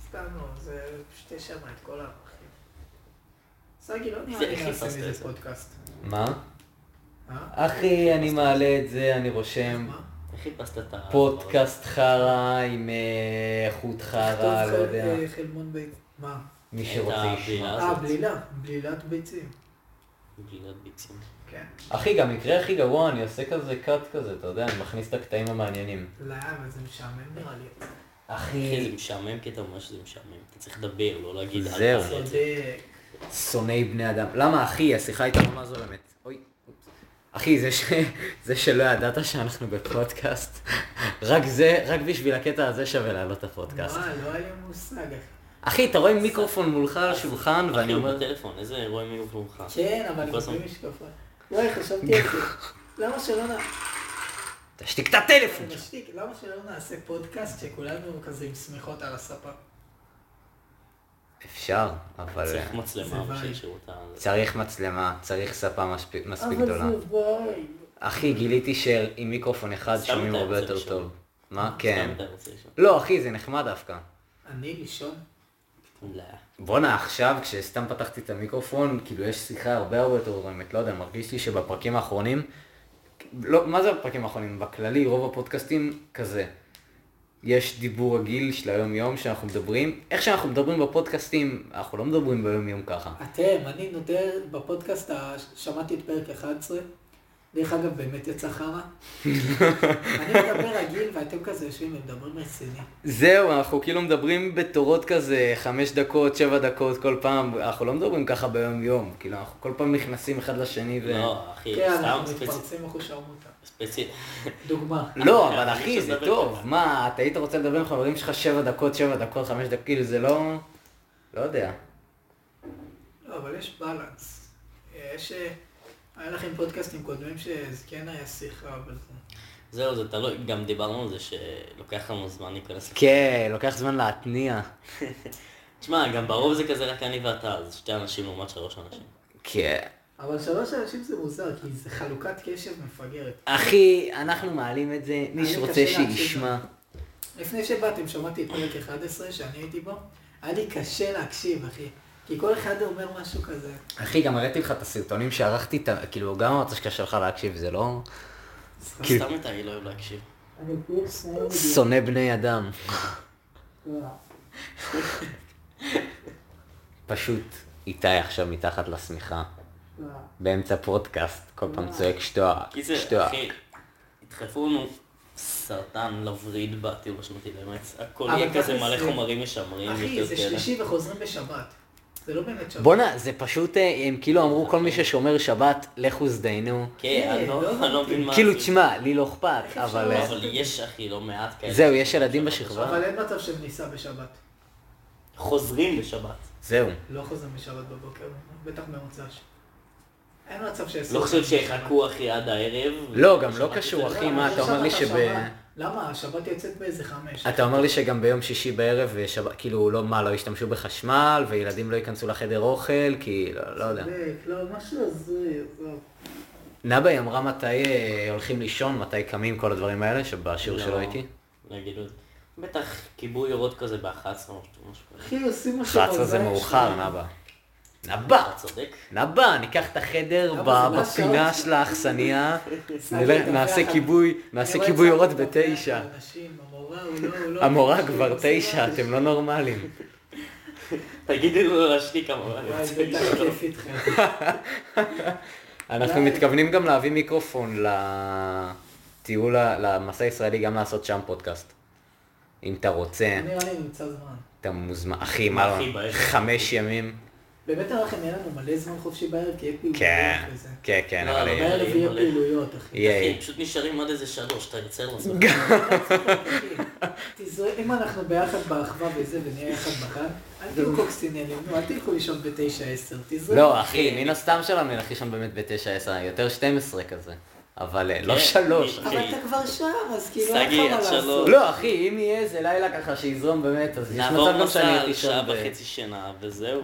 סתם לא, זה פשוט יש שם את כל המחים. סגי, לא נראה זה- לי איך נעשה חיפשת את מזה זה? פודקאסט. מה? אה? אחי, אני מעלה את זה, אני רושם מה? איך חיפשת את ה... פודקאסט חרא עם אה, איכות חרא, תכתוב לא יודע, חל- אה, חלמון בית... מה? מי את שרוצה הבלילה. ישמע. אה, הזאת. בלילה. בלילת ביצים. גלילת ביצים. כן. אחי, גם מקרה הכי גרוע, אני עושה כזה קאט כזה, אתה יודע, אני מכניס את הקטעים המעניינים. לא, אבל זה משעמם נראה לי. אחי, זה אחי, משעמם כי אתה אומר שזה משעמם. אתה צריך לדבר, לא להגיד... "אל זהו. תעשה את זה". צודק. שונאי בני אדם. למה, אחי, השיחה הייתה ממש זורמת. אוי. אחי, זה, ש... זה שלא ידעת שאנחנו בפודקאסט, רק זה, רק בשביל הקטע הזה שווה להעלות את הפודקאסט. מה, לא היה לי מושג, אחי. אחי, אתה רואה מיקרופון מולך על השולחן, אחי, ואני הוא אומר... כאילו, בטלפון, איזה אירוע מי הוא מולך. כן, אבל הוא אני כל הזמן- מביא משקפיים. וואי, חשבתי על זה. למה שלא נע- תשתיק את הטלפון! שלך. נשתיק, למה שלא נעשה פודקאסט שכולנו כזה עם שמיכות על הספה? אפשר, אבל... צריך מצלמה זה בשביל וייב. שירות ה... צריך מצלמה, צריך ספה מספיק, מספיק גדולה. אבל זה וואי. אחי, גיליתי שעם מיקרופון אחד סתם שומעים אתה הרבה יוצא יותר לשם. טוב. מה? סתם כן. אתה רוצה לשאול. לא, אחי, זה נחמד דווקא. אני לישון? לא. בואנה, עכשיו, כשסתם פתחתי את המיקרופון, כאילו יש שיחה הרבה הרבה יותר זורמת, לא יודע, מרגיש לי שבפרקים האחרונים, לא, מה זה בפרקים האחרונים? בכללי, רוב הפודקאסטים כזה. יש דיבור רגיל של היום-יום שאנחנו מדברים, איך שאנחנו מדברים בפודקאסטים, אנחנו לא מדברים ביום-יום ככה. אתם, אני נותר בפודקאסט, ה- שמעתי את פרק 11. דרך אגב, באמת יצא חרא. אני מדבר רגיל ואתם כזה יושבים ומדברים רציני. זהו, אנחנו כאילו מדברים בתורות כזה, חמש דקות, שבע דקות כל פעם, אנחנו לא מדברים ככה ביום-יום, כאילו אנחנו כל פעם נכנסים אחד לשני ו... לא, אחי, כן, סתם אנחנו ספציפית. מתפרצים אחושרמוטה. ספציפית. דוגמה. לא, אני אבל חושב אחי, זה שזה טוב. בטח. מה, אתה היית רוצה לדבר עם חברים שלך שבע דקות, שבע דקות, חמש דקות, כאילו זה לא... לא יודע. לא, אבל יש בלנס. יש... אה, היה לכם פודקאסטים קודמים שזה כן היה שיחה, אבל זה... זהו, זה תלוי, גם דיברנו על זה שלוקח לנו זמן להיכנס. כן, לוקח זמן להתניע. תשמע, גם ברוב זה כזה רק אני ואתה, אז שתי אנשים לעומת שלוש אנשים. כן. אבל שלוש אנשים זה מוזר, כי זה חלוקת קשב מפגרת. אחי, אנחנו מעלים את זה, מי אני שרוצה קשה להקשיב שישמע. לפני שבאתם שמעתי את פרק 11 שאני הייתי בו, היה לי קשה להקשיב, אחי. כי כל אחד אומר משהו כזה. אחי, גם הראיתי לך את הסרטונים שערכתי, ת- כאילו, גם אמרת שקשה לך להקשיב, זה לא... כן. כאילו- סתם איתי לא אוהב להקשיב. אני כאילו שונא מדינה. שונא בני אדם. פשוט איתי עכשיו מתחת לשמיכה, באמצע פודקאסט, כל פעם צועק שטועה, קיצר, שטועה. אחי, ידחפו לנו סרטן לווריד בטיול השנתי, באמת. הכל אבל יהיה כזה תכלס מלא זה- חומרים משמרים. אחי, יותר זה כאלה. שלישי וחוזרים בשבת. זה לא באמת שבת. בואנה, זה פשוט, אה, הם כאילו אמרו, כל מי ששומר שבת, לכו הזדיינו. כן, אני לא לא- אני לא מבין מה... כאילו, זה. תשמע, לי לא אכפת, אבל... אה, אבל יש, אחי, לא מעט כאלה. זהו, יש ילדים בשכבה? אבל אין מצב של ניסה בשבת. חוזרים בשבת. זהו. לא חוזרים בשבת בבוקר, בטח ממוצש. אין מצב שיש... לא חושב שיחכו, אחי, עד הערב. לא, גם לא בשבת קשור, יוצא. אחי, מה, אתה אומר לי שב- למה? השבת יוצאת באיזה חמש. אתה אומר לי שגם ביום שישי בערב, ושבת, כאילו, לא, מה, לא ישתמשו בחשמל, וילדים לא ייכנסו לחדר אוכל, כי לא, לא יודע. צודק, לא, משהו הזוי, עזוב. נאבה היא אמרה מתי אה, הולכים לישון, מתי קמים, כל הדברים האלה, שבשיעור לא. שלו הייתי. לא יגידו את זה. בטח כיבוי אורות כזה ב-11 או משהו כזה. אחי, עושים משהו... 11 זה בזין מאוחר, שלהם. נאבה. נאבה! אתה צודק. נאבה, ניקח את החדר נאבה, ב- זה לא מה בפינה השעות? של האכסניה, סתם נלך- לדווח נעשה על- כיבוי, אני נעשה רואה כיבוי את אורות צחי מדווח בתשע. על אנשים, המורה הוא לא... הוא לא- המורה הוא כבר עושה תשע, משהו. אתם לא נורמלים. תגידי לו להשתיק כמובן. וואי, זה תקף איתכם. אנחנו די. מתכוונים גם להביא מיקרופון לטיול, ה- למסע הישראלי, גם לעשות שם פודקאסט. אם אתה רוצה, נראה לי נמצא זמן. אתה מוזמן. אחי, מה, לא? אחי, בערב. חמש ימים? באמת אני אומר לכם, יהיה לנו מלא זמן חופשי בערב, כי יהיה פעילויות כן, וזה. כן, כן, לא, אבל... לא, יהיה- בערב יהיה מלא. פעילויות, אחי. יהיה, אחי, יהיה. פשוט נשארים עד איזה שלוש, אתה יוצר לעצמך. תזרע- אם אנחנו ביחד באחווה וזה, ונהיה יחד בחג, אל תהיו קוקסינלים, נו, אל תלכו לישון בתשע עשר, תזרעו. לא, אחי, מן הסתם שלנו נלך לישון באמת בתשע עשר, יותר 12 כזה. אבל אה, לא כן, שלוש. אני- אבל אתה כבר שם, אז כאילו שגיא, אין לך עד מה לעשות. שלוש. לא, אחי, אם יהיה איזה לילה ככה שיזרום באמת, אז יש נעבור מצב גם שאני מסע אלך על לישון... שעה ב- וחצי שינה, וזהו.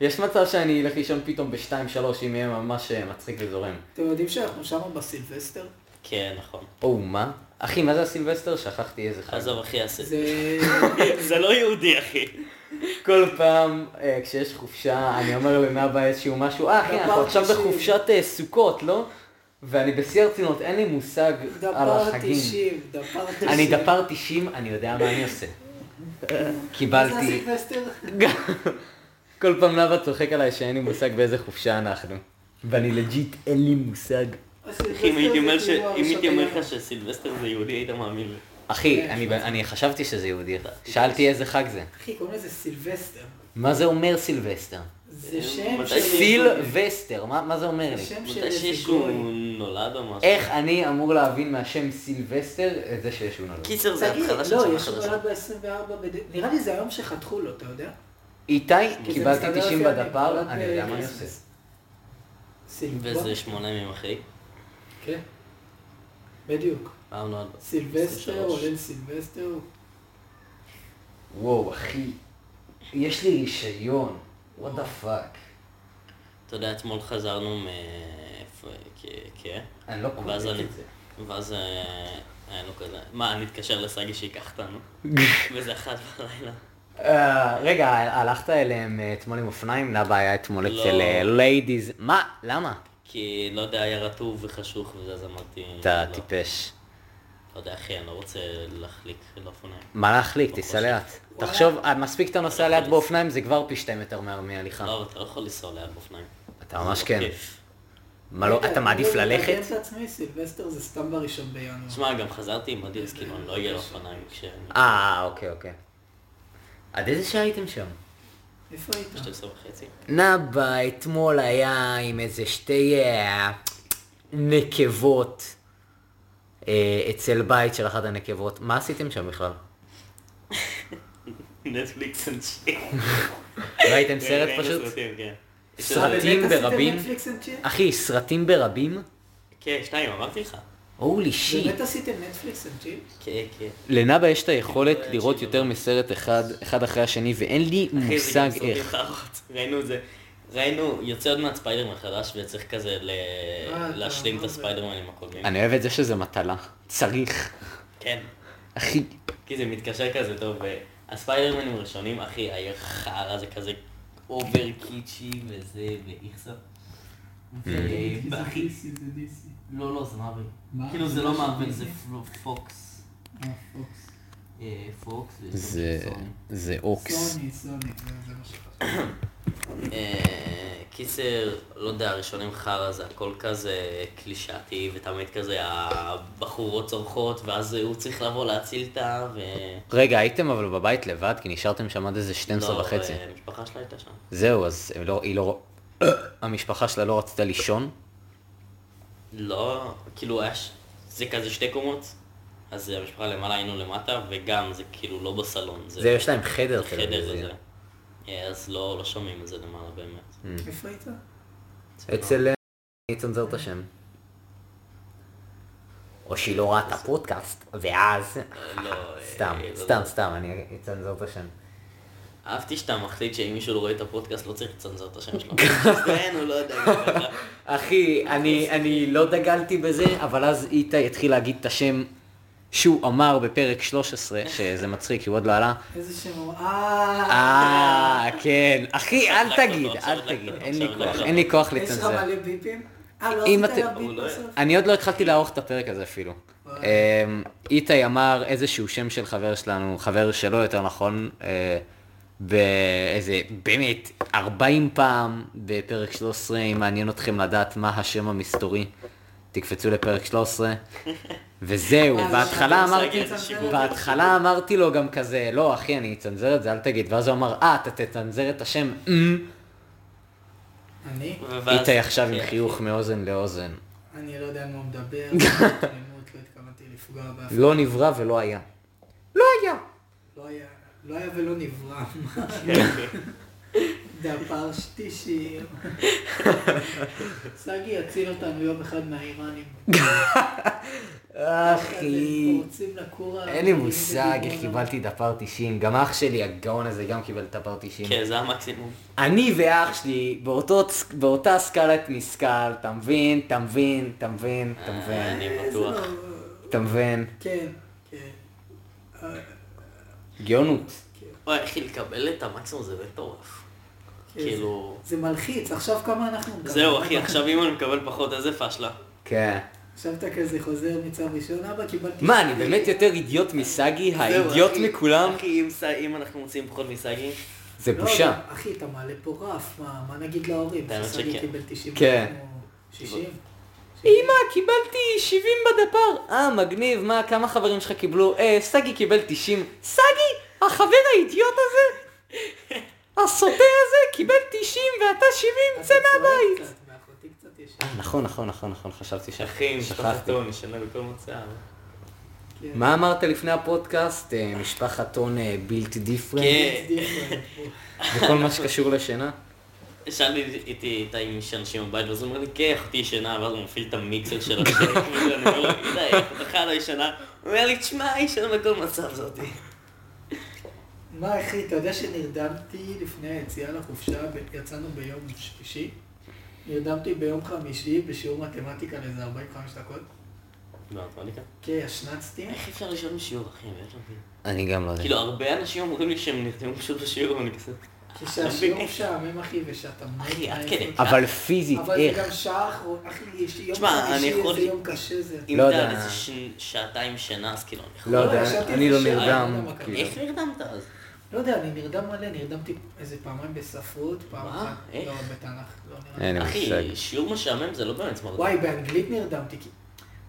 יש מצב שאני אלך לישון פתאום בשתיים, שלוש, אם יהיה ממש אה, מצחיק וזורם. אתם יודעים שאנחנו שם בסילבסטר? כן, נכון. או, מה? אחי, מה זה הסילבסטר? שכחתי איזה חג. עזוב, אחי, עשה. זה... זה לא יהודי, אחי. כל פעם אה, כשיש חופשה, אני אומר לו מהבא איזשהו משהו, אה אחי, אנחנו דבר עכשיו תשעים. בחופשת אה, סוכות, לא? ואני בשיא הרצינות, אין לי מושג על דפר החגים. 90, דפר 90. אני דפר 90, אני יודע מה אני עושה. מה זה קיבלתי. הסילבסטר? כל פעם נאוה צוחק עליי שאין לי מושג באיזה חופשה אנחנו. ואני לג'יט, אין לי מושג. הסילבסטר אחי, אם הייתי זה אומר ש- כאילו אם הייתי הרשתיים. אומר לך שסילבסטר זה יהודי, היית מאמין לי. אחי, אני- אני חשבתי שזה יהודי. שאלתי איזה חג זה. אחי, קוראים לזה סילבסטר. מה זה אומר סילבסטר? זה שם אה, מתי של... סילבסטר, מה מה זה אומר לי? זה שם של מתי איזה שישו גוי. נולד או משהו. איך אני אמור להבין מהשם סילבסטר את זה שיש הוא נולד? קיצר, זה תגיד, התחלה של לא, שנה יש חדשה. נולד ב-24 בד... נראה לי זה היום שחתכו לו, אתה יודע? איתי, כי זה כן, קיבלתי מסתדר לא 90 לפי בדפר, הנקודות אני יודע מה אני עושה. בקריסמס. אה, סילבסטר. וזה שמונה ימים אחי. כן. בדיוק. פעם נולד. ב- סילבסטר, 23. עולל סילבסטר. וואו, אחי, יש לי רישיון, what the fuck. אתה יודע, אתמול חזרנו מאיפה... כ- כ... אני לא ואז קולט אני... את זה. ואז אה, היינו כזה... מה, אני אתקשר לסגי שייקח אותנו. וזה אחת בלילה. אה, רגע, הלכת אליהם אה, אתמול עם אופניים? נאבא היה אתמול לא. אצל ליידיז. מה? למה? כי לא יודע, היה רטוב וחשוך וזה, אז אמרתי... אתה לא. טיפש. לא יודע, אחי, אני לא רוצה להחליק לאופניים. מה להחליק? תיסע וואלה. לאט. תחשוב, אה, מספיק אתה נוסע לאט באופניים, זה כבר פי שתיים יותר מה- מהליכה. לא, אבל אתה לא יכול לנסוע ליד באופניים. אה. אתה ממש זה לא כן. כיף. מה לא, רגע, אתה מעדיף אני לא ללכת? מדמיין את עצמי, סילבסטר זה סתם בראשון בינואר. תשמע, גם חזרתי עם אדיר, אז כאילו, אני לא אגיע לאופניים כשאני... אה, אוקיי, אוקיי. עד איזה שעה הייתם שם? איפה היית? 12 וחצי. נאבה אתמול היה עם איזה שתי אה, נקבות אה, אצל בית של אחת הנקבות. מה עשיתם שם בכלל? נטפליקס אנד כן, שיט. ראיתם סרט לא כן, פשוט? אה, סרטים ברבים, נטפליקס אנד צ'יל? אחי, סרטים ברבים, כן, שתיים, אמרתי לך. הולי שיט. באמת עשיתם נטפליקס אנד צ'יל? אה, כן, כן. לנאבה יש את היכולת אני לראות אקשיב יותר מסרט אחד, אחד אחרי השני, ואין לי אחי, זה גם מושג סרטים איך. חרות. ראינו את זה. ראינו, יוצא עוד מעט ספיידרמן חדש וצריך כזה ל- אה, אתה להשלים את אומר את זה. הספיידרמן עם הקודמים. אני אוהב את זה שזה מטלה. צריך. כן. אחי, כי זה מתקשר כזה טוב. ו- הספיידרמנים הראשונים, אחי, היה חרא, זה כזה אובר קיצ'י וזה, ואיכסה. Mm. אה, אה, ואחי, לא, לא, זה מארוול. מה? כאילו זה לא זה מארוול, של זה דיסני? פל- פוקס. אה, פוקס. אה, פוקס זה, זה אוקס. סוני, סוני, זה- זה מה שחשבתי. אה, קיצר, לא יודע, הראשונים חרא זה הכל כזה קלישאתי, ותמיד כזה הבחורות צורחות, ואז הוא צריך לבוא להציל אותה, ו... רגע, הייתם אבל בבית לבד, כי נשארתם שם עד איזה 12 לא, וחצי. אה, המשפחה שלה הייתה שם. זהו, אז הם לא- היא לא... המשפחה שלה לא רצתה לישון. לא, כאילו היה... ש- זה כזה שתי קומות, אז המשפחה למעלה היינו למטה, וגם זה כאילו לא בסלון. זה, יש להם חדר זה חדר טלוויזיה. הזה. אה, אז לא, לא שומעים את זה למעלה באמת. אה. איפה היית? אצל... אה, אני אצנזר את השם. או שהיא לא ראתה פודקאסט, ואז... אה, לא, אה, סתם, לא סתם, יודע. סתם, אני אצנזר את השם. אהבתי שאתה מחליט שאם מישהו לא רואה את הפודקאסט לא צריך לצנזר את השם שלו. מצטער, הוא לא יודע. אחי, אני, אני לא דגלתי בזה, אבל אז איתי התחיל להגיד את השם שהוא אמר בפרק 13, שזה מצחיק, כי הוא עוד לא עלה. איזה שם הוא... אה... אה, כן. אחי, אל עכשיו תגיד, לא, אל עכשיו תגיד, לא, אין לי עכשיו לא. כוח, אין לי כוח יש לך לצנזר. מלא ביפים? אה, לא אם עשית אתם- עליו ביפ הוא לא- בסוף? אני עוד לא התחלתי לערוך את הפרק הזה אפילו. וואי. אמ, איתי אמר איזשהו שם של חבר שלנו, חבר שלו יותר נכון, אה, באיזה, באמת, 40 פעם בפרק 13, אם מעניין אתכם לדעת מה השם המסתורי, תקפצו לפרק 13. וזהו, אה, זה בהתחלה שם, זה אמרתי, סגר, זה שיווק. בהתחלה אמרתי לו גם כזה, לא אחי, אני אצנזר את זה, אל תגיד. ואז הוא אמר, אה, אתה תצנזר את השם, אמ. אני? איתי עכשיו כן. עם חיוך מאוזן לאוזן. אני לא יודע על מה הוא מדבר. אלימות, לא התכוונתי לפגוע באף לא נברא ולא היה. לא היה. לא היה, לא היה ולא נברא. דבר שטישים. סגי יציל אותנו יום אחד מהאיראנים. אחי. הם פורצים לכור אין לי מושג איך קיבלתי דפר 90, גם אח שלי הגאון הזה גם קיבל דפר 90. כן, זה המקסימום. אני ואח שלי באותו צ- באותה סקלת משכל, אתה מבין, אתה מבין, אתה מבין, אתה אה, מבין, אני בטוח. אתה מבין. לא- כן, כן. גאונות. וואי, אחי, לקבל את המקסימום זה מטורף. כן, כאילו... זה זה מלחיץ, עכשיו כמה אנחנו... מקבלים? זהו, אחי, עכשיו אם אני מקבל פחות, איזה פאשלה. כן. עכשיו אתה כזה חוזר מצו ראשון, אבא קיבלתי... מה, אני באמת יותר אידיוט מסגי? האידיוט זהו, אחי, מכולם? אחי, אם ס- אם אנחנו מוצאים פחות מסגי, זה לא, בושה. אבל, אחי, אתה מעלה פה רף, מה מה נגיד להורים? האמת שסגי שכן. קיבל 90 כן. אנחנו 60? אמא, קיבלתי 70 בדפר. אה, מגניב, מה, כמה חברים שלך קיבלו? אה, סגי קיבל 90. סגי, החבר האידיוט הזה, הסוטה הזה, קיבל 90 ואתה 70, צא מהבית. מאחותי קצת יש... אה, נכון, נכון, נכון, נכון, חשבתי ש... אחי, משפחת שכחתי. טון, ישנה בכל מוצאה. כן. מה אמרת לפני הפודקאסט? אה, משפחת הון בלתי דיפרנט? כן. It's different. וכל מה שקשור לשינה? שאלתי איתי איתה אם יש אנשים בבית, ואז הוא אומר לי, כן, אחותי ישנה, ואז הוא מפעיל את המיקסר של השם, ואני אומר לו, איתי, אחותך לא ישנה, הוא אומר לי, תשמע, היא ישנה בכל מצב זאתי. מה אחי, אתה יודע שנרדמתי לפני היציאה לחופשה, ב- יצאנו ביום שלישי? נרדמתי ביום חמישי בשיעור מתמטיקה לאיזה 45 דקות. לא, את מניקה? כן, השנצתי. איך אפשר לישון בשיעור, אחי? באמת לא מבין. אני גם לא יודע. כאילו, הרבה אנשים אומרים לי שהם נרתמו פשוט בשיעור, ואני כזה... לא כשהשיעור משעמם אחי ושאתה מת. אחי, עד מעייף. כדי. אבל פיזית, אבל זה איך? גם שעה אחרונה, אחי, יש יום תשמע, אני חמישי, יכול- איזה יום קשה זה. אם לא אתה יודע. על איזה ש- שעתיים שינה, אז כאילו, אני יכול... לא יודע, ישבתי אני לא איזה שעה, נרדם. לא יודע מה כאילו. איך נרדמת אז? לא יודע, אני נרדם מלא, נרדמתי איזה פעמיים בספרות, פעם מה? אחת. איך? לא, בתנ"ך, לא נראה לי. אין לי מושג. אחי, שיעור משעמם זה לא באמת מרדם. וואי, באנגלית נרדמתי, כי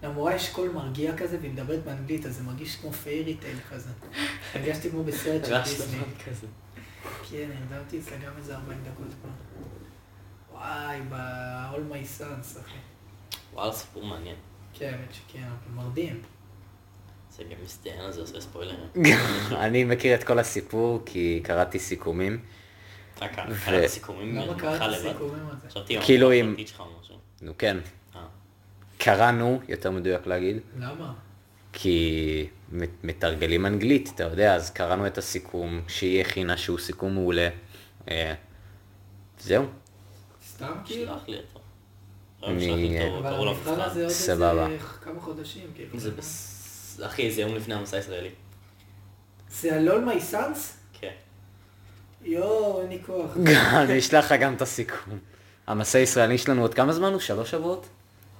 למורה יש קול מרגיע כזה, והיא מדברת באנגלית, אז זה מרגיש כמו פיירי טייל כזה. הרגשתי כמו בסרט של דיסני. כן, נרדמתי אצלה גם איזה 40 דקות כבר. וואי, ב-all my sons, אחי. וואלה, סיפור מעניין. כן, האמת שכן, אבל מרדים. זה גם מסתיין הזה עושה ספוילרים. אני מכיר את כל הסיפור כי קראתי סיכומים. אתה קראת את הסיכומים למה מרמתך קראת לבד? סיכומים על זה? חשבתי על כאילו, המחקר אם- הפרטית שלך או משהו. נו כן, אה. קראנו, יותר מדויק להגיד, למה? כי מ- מתרגלים אנגלית, אתה יודע, אז קראנו את הסיכום שהיא הכינה, שהוא סיכום מעולה. אה, זהו, סתם כאילו? שלח לי אותו. לא, אני- שלח לי אותו, אבל קראו לו המבחן הזה מבחן. עוד סבבה. איזה כמה חודשים, כאילו. לא זה בס... אחי, זה יום לפני המסע הישראלי. זה הלול מי סאנס? כן. יואו, אין לי כוח. אני אשלח לך גם את הסיכום. המסע הישראלי שלנו עוד כמה זמן הוא? שלוש שבועות?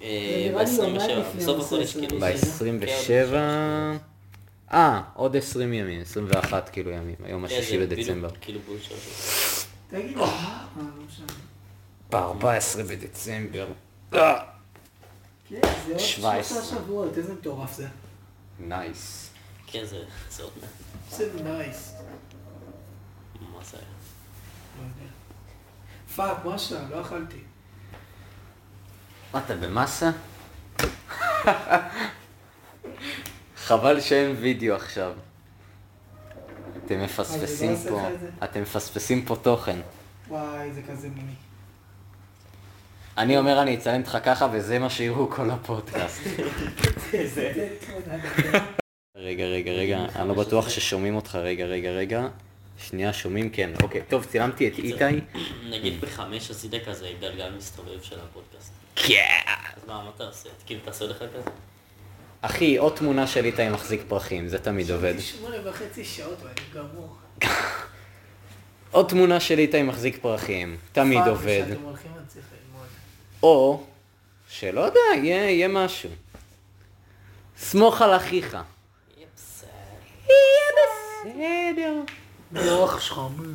אה, נראה לי יומיים ב-27, לפני בסוף המסע החודש הישראלי. כאילו. זה- ב-27... אה, עוד 20 ימים, 21 כאילו ימים, היום כן, השישי זה בדצמבר. בדיוק כאילו בול שלוש. תגיד לי, מה? אה, לא משנה. ב-14 בדצמבר. אה, כן, זה עוד 17. שלושה שבועות, איזה מטורף זה. נייס. כן, זה זה עוד מעט. זה נייס. מה זה היה? לא יודע. פאק, מה שם? לא אכלתי. מה, אתה במאסה? חבל שאין וידאו עכשיו. אתם מפספסים עושה פה, לך את זה? אתם מפספסים פה תוכן. וואי, זה כזה מיני. אני אומר אני אצלם אותך ככה וזה מה שיראו כל הפודקאסט. אה. זה כן, תמונה. רגע, רגע, רגע, אני לא בטוח ששומעים אותך, רגע, רגע, רגע. שנייה, שומעים, כן. אוקיי, טוב, צילמתי את איתי. נגיד בחמש עשית כזה גלגל מסתובב של הפודקאסט. כן. אז מה, מה תעשה? כאילו, תעשה לך כזה? אחי, עוד תמונה של איתי מחזיק פרחים, זה תמיד עובד. שמונה וחצי שעות, ואני גמור. עוד תמונה של איתי מחזיק פרחים, תמיד פאק, עובד. כשאתם הולכים, אני צריך ללמוד. או, שלא יודע, יהיה, יהיה משהו. סמוך על אחיך. יהיה בסדר. בסדר. לאורך שחומים.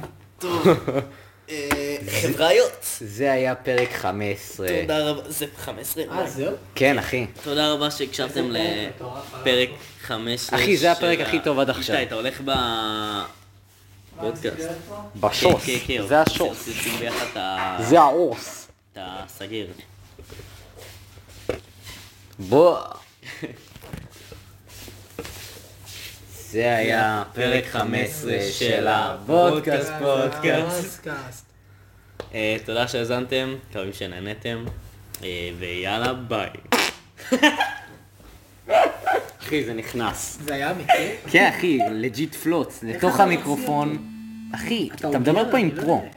אה, חבריות, זה היה פרק 15. תודה רבה, זה 15. אה, זהו? כן, אחי. תודה רבה שהקשבתם איזה פרק מטורף היה לפרק 15. אחי, זה של הפרק הכי טוב עד עכשיו. איתי, אתה הולך ב... פודקאסט. מה, אני פה? בשוס. כן, כן, כן. זה השוס. שים- שים ביחד את ה- זה העוס. את הסגיר. בוא. זה היה פרק 15 של הבודקאסט פודקאסט. פודקאסט. אה, תודה שהאזנתם, מקווים שנהנתם, אה, ויאללה ביי. אחי, זה נכנס. זה היה אמיתי? כן, אחי, לג'יט פלוץ, לתוך אתה לא המיקרופון. אחי, אתה מדבר עובר? פה עם אני לא פרו. יודע.